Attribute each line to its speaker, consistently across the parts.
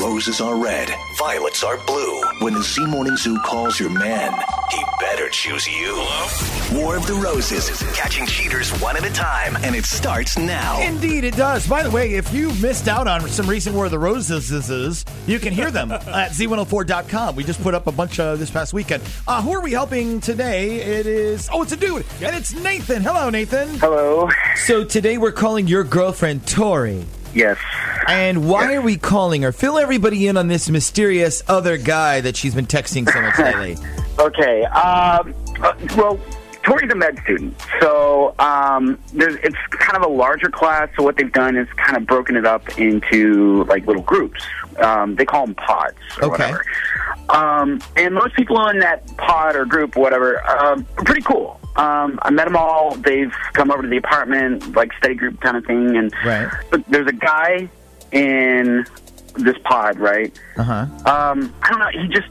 Speaker 1: Roses are red, violets are blue. When the Z Morning Zoo calls your man, he better choose you. War of the Roses, catching cheaters one at a time, and it starts now.
Speaker 2: Indeed, it does. By the way, if you missed out on some recent War of the Roses, you can hear them at z104.com. We just put up a bunch of this past weekend. Uh, who are we helping today? It is, oh, it's a dude, and it's Nathan. Hello, Nathan.
Speaker 3: Hello.
Speaker 4: So today we're calling your girlfriend Tori.
Speaker 3: Yes.
Speaker 4: And why are we calling her? Fill everybody in on this mysterious other guy that she's been texting so much lately.
Speaker 3: Okay. Um, uh, well, Tori's a med student, so um, there's, it's kind of a larger class. So what they've done is kind of broken it up into like little groups. Um, they call them pods or
Speaker 4: Okay.
Speaker 3: whatever. Um, and most people in that pod or group, whatever, um, are pretty cool. Um, I met them all. They've come over to the apartment, like study group kind of thing. And
Speaker 4: Right.
Speaker 3: but there's a guy in this pod, right?
Speaker 4: Uh huh.
Speaker 3: um, I don't know. He just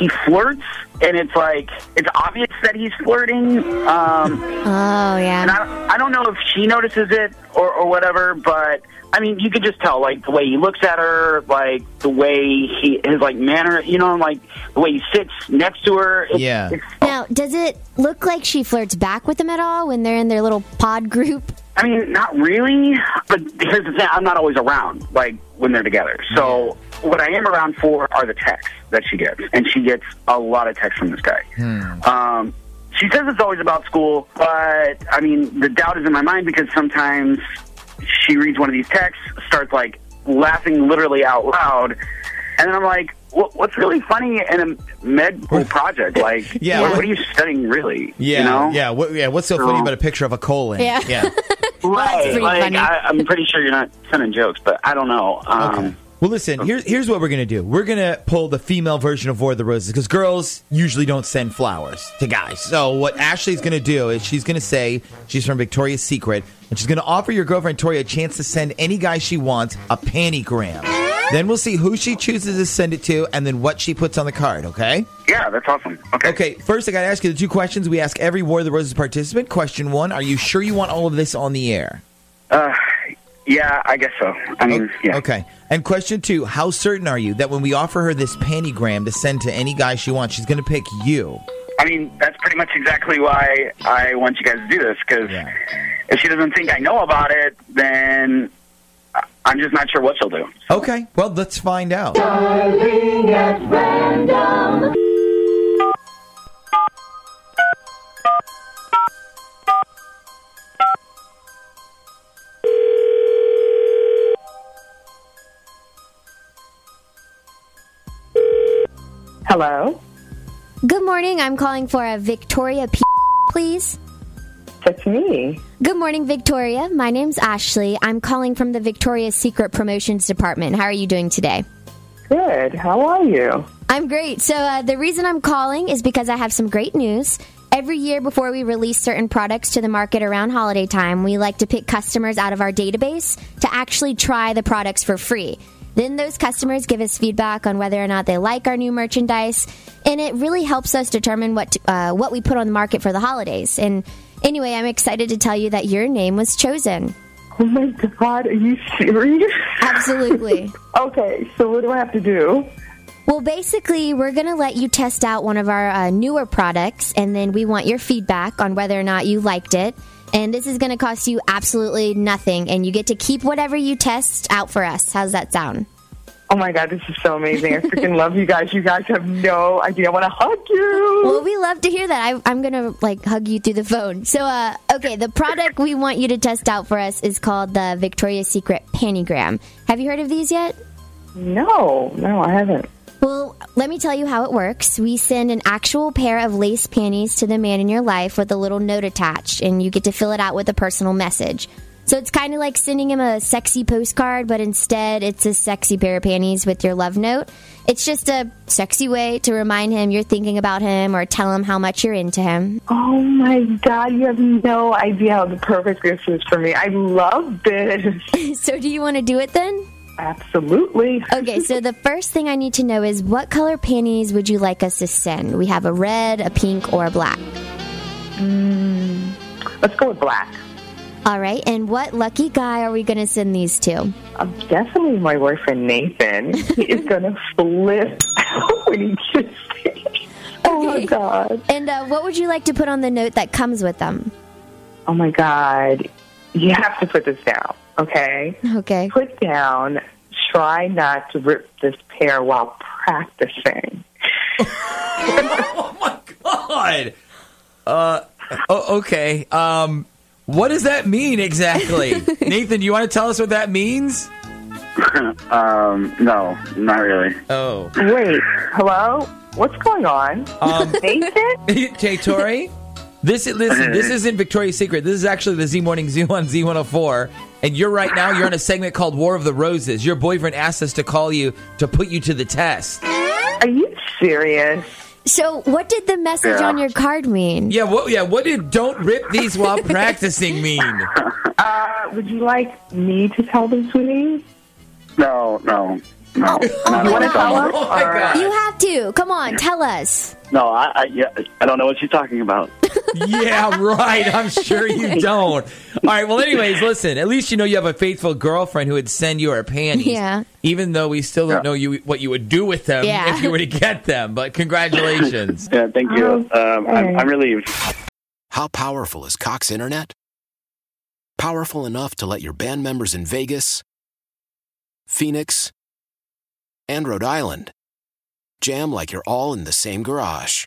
Speaker 3: he flirts, and it's like it's obvious that he's flirting. Um,
Speaker 5: Oh
Speaker 3: and
Speaker 5: yeah.
Speaker 3: I don't, I don't know if she notices it or, or whatever, but I mean, you could just tell like the way he looks at her, like the way he his like manner, you know, and, like the way he sits next to her. It's-
Speaker 4: Yeah.
Speaker 3: it's-
Speaker 5: Now, does it look like she flirts back with them at all when they're in their little pod group?
Speaker 3: I mean, not really. But here's the thing: I'm not always around, like when they're together. So what I am around for are the texts that she gets, and she gets a lot of texts from this guy.
Speaker 4: Hmm.
Speaker 3: Um, she says it's always about school, but I mean, the doubt is in my mind because sometimes she reads one of these texts, starts like laughing literally out loud, and then I'm like. "What- What's really funny in a med school project? Like,
Speaker 4: Yeah,
Speaker 3: what,
Speaker 4: what-
Speaker 3: what are you studying, really?
Speaker 4: Yeah.
Speaker 3: you know?
Speaker 4: Yeah. What, yeah. What's so funny about a picture of a colon?
Speaker 5: Yeah.
Speaker 4: Yeah.
Speaker 5: that's
Speaker 3: Right.
Speaker 5: pretty
Speaker 3: Like,
Speaker 5: funny.
Speaker 3: I, I'm pretty sure you're not sending jokes, but I don't know. Um,
Speaker 4: Well, listen. Here's here's what we're gonna do. We're gonna pull the female version of War of the Roses because girls usually don't send flowers to guys. So what Ashley's gonna do is she's gonna say she's from Victoria's Secret and she's gonna offer your girlfriend Tori a chance to send any guy she wants a pantygram. Then we'll see who she chooses to send it to and then what she puts on the card. Okay.
Speaker 3: Yeah, that's awesome. Okay.
Speaker 4: Okay, first I gotta ask you the two questions we ask every War of the Roses participant. Question one: Are you sure you want all of this on the air?
Speaker 3: Uh, Yeah, I guess so. I mean, yeah.
Speaker 4: Oh, Okay. And question two: How certain are you that when we offer her this pantygram to send to any guy she wants, she's gonna pick you?
Speaker 3: I mean, that's pretty much exactly why I want you guys to do this because
Speaker 4: Yeah.
Speaker 3: if she doesn't think I know about it, then I- I'm just not sure what she'll do.
Speaker 4: Okay. Well, let's find out.
Speaker 6: Hello,
Speaker 5: Good morning. I'm calling for a Victoria P, please.
Speaker 6: that's me.
Speaker 5: Good morning, Victoria. My name's Ashley. I'm calling from the Victoria's Secret Promotions Department. How are you doing today?
Speaker 6: Good. How are you?
Speaker 5: I'm great. So, uh, the reason I'm calling is because I have some great news. Every year, before we release certain products to the market around holiday time, we like to pick customers out of our database to actually try the products for free. Then those customers give us feedback on whether or not they like our new merchandise, and it really helps us determine what to, uh, what we put on the market for the holidays. And anyway, I'm excited to tell you that your name was chosen.
Speaker 6: Oh my God, are you serious?
Speaker 5: Absolutely.
Speaker 6: Okay, so what do I have to do?
Speaker 5: Well, basically, we're going to let you test out one of our uh, newer products, and then we want your feedback on whether or not you liked it. And this is going to cost you absolutely nothing, and you get to keep whatever you test out for us. How's that sound?
Speaker 6: Oh my God, this is so amazing. I freaking love you guys. You guys have no idea. I want to hug you.
Speaker 5: Well, we love to hear that. I, I'm going to like hug you through the phone. So, uh, okay, the product we want you to test out for us is called the Victoria's Secret Pantygram. Have you heard of these yet?
Speaker 6: No, no, I haven't.
Speaker 5: Well, let me tell you how it works. We send an actual pair of lace panties to the man in your life with a little note attached, and you get to fill it out with a personal message. So it's kind of like sending him a sexy postcard, but instead it's a sexy pair of panties with your love note. It's just a sexy way to remind him you're thinking about him or tell him how much you're into him.
Speaker 6: Oh my God, you have no idea how the perfect this is for me. I love this.
Speaker 5: So do you want to do it then?
Speaker 6: Absolutely.
Speaker 5: Okay, so the first thing I need to know is what color panties would you like us to send? We have a red, a pink, or a black.
Speaker 6: Let's go with black.
Speaker 5: All right, and what lucky guy are we going to send these to?
Speaker 6: I'm definitely my boyfriend Nathan. He is gonna flip out when he gets there. Oh my
Speaker 5: Okay.
Speaker 6: god.
Speaker 5: And uh, what would you like to put on the note that comes with them?
Speaker 6: Oh my god. You have to put this down, okay?
Speaker 5: Okay.
Speaker 6: Put down. Try not to rip this pair while practicing.
Speaker 4: Oh my god. Uh, o- okay. Um, what does that mean exactly, Nathan? You want to tell us what that means?
Speaker 3: Um, no, not really.
Speaker 4: Oh,
Speaker 6: Wait, hello? What's going on?
Speaker 4: um,
Speaker 6: Nathan?
Speaker 4: hey Tori. This is listen. This isn't Victoria's Secret. This is actually the Z Morning Zoo on Z104. And you're right now. You're on a segment called War of the Roses. Your boyfriend asked us to call you to put you to the test.
Speaker 6: Are you serious?
Speaker 5: So, what did the message
Speaker 3: Yeah.
Speaker 5: on your card mean?
Speaker 4: Yeah. What? Yeah. What did "Don't rip these while practicing" mean?
Speaker 6: Uh, would you like me to tell them, sweetie?
Speaker 3: No, no, no. And I
Speaker 6: You
Speaker 3: don't
Speaker 6: want to
Speaker 3: wanna
Speaker 6: tell
Speaker 3: tell her.
Speaker 6: us?
Speaker 4: Oh my
Speaker 6: Or-
Speaker 4: God.
Speaker 5: You have to. Come on, tell us.
Speaker 3: No, I, I, yeah, I don't know what she's talking about.
Speaker 4: yeah, right. I'm sure you don't. All right. Well, anyways, listen. At least you know you have a faithful girlfriend who would send you her panties.
Speaker 5: Yeah.
Speaker 4: Even though we still don't
Speaker 3: Yeah.
Speaker 4: know you what you would do with them
Speaker 5: Yeah.
Speaker 4: if you were to get them, but congratulations.
Speaker 3: Yeah, thank you. Um, I'm, I'm relieved.
Speaker 7: How powerful is Cox Internet? Powerful enough to let your band members in Vegas, Phoenix, and Rhode Island jam like you're all in the same garage.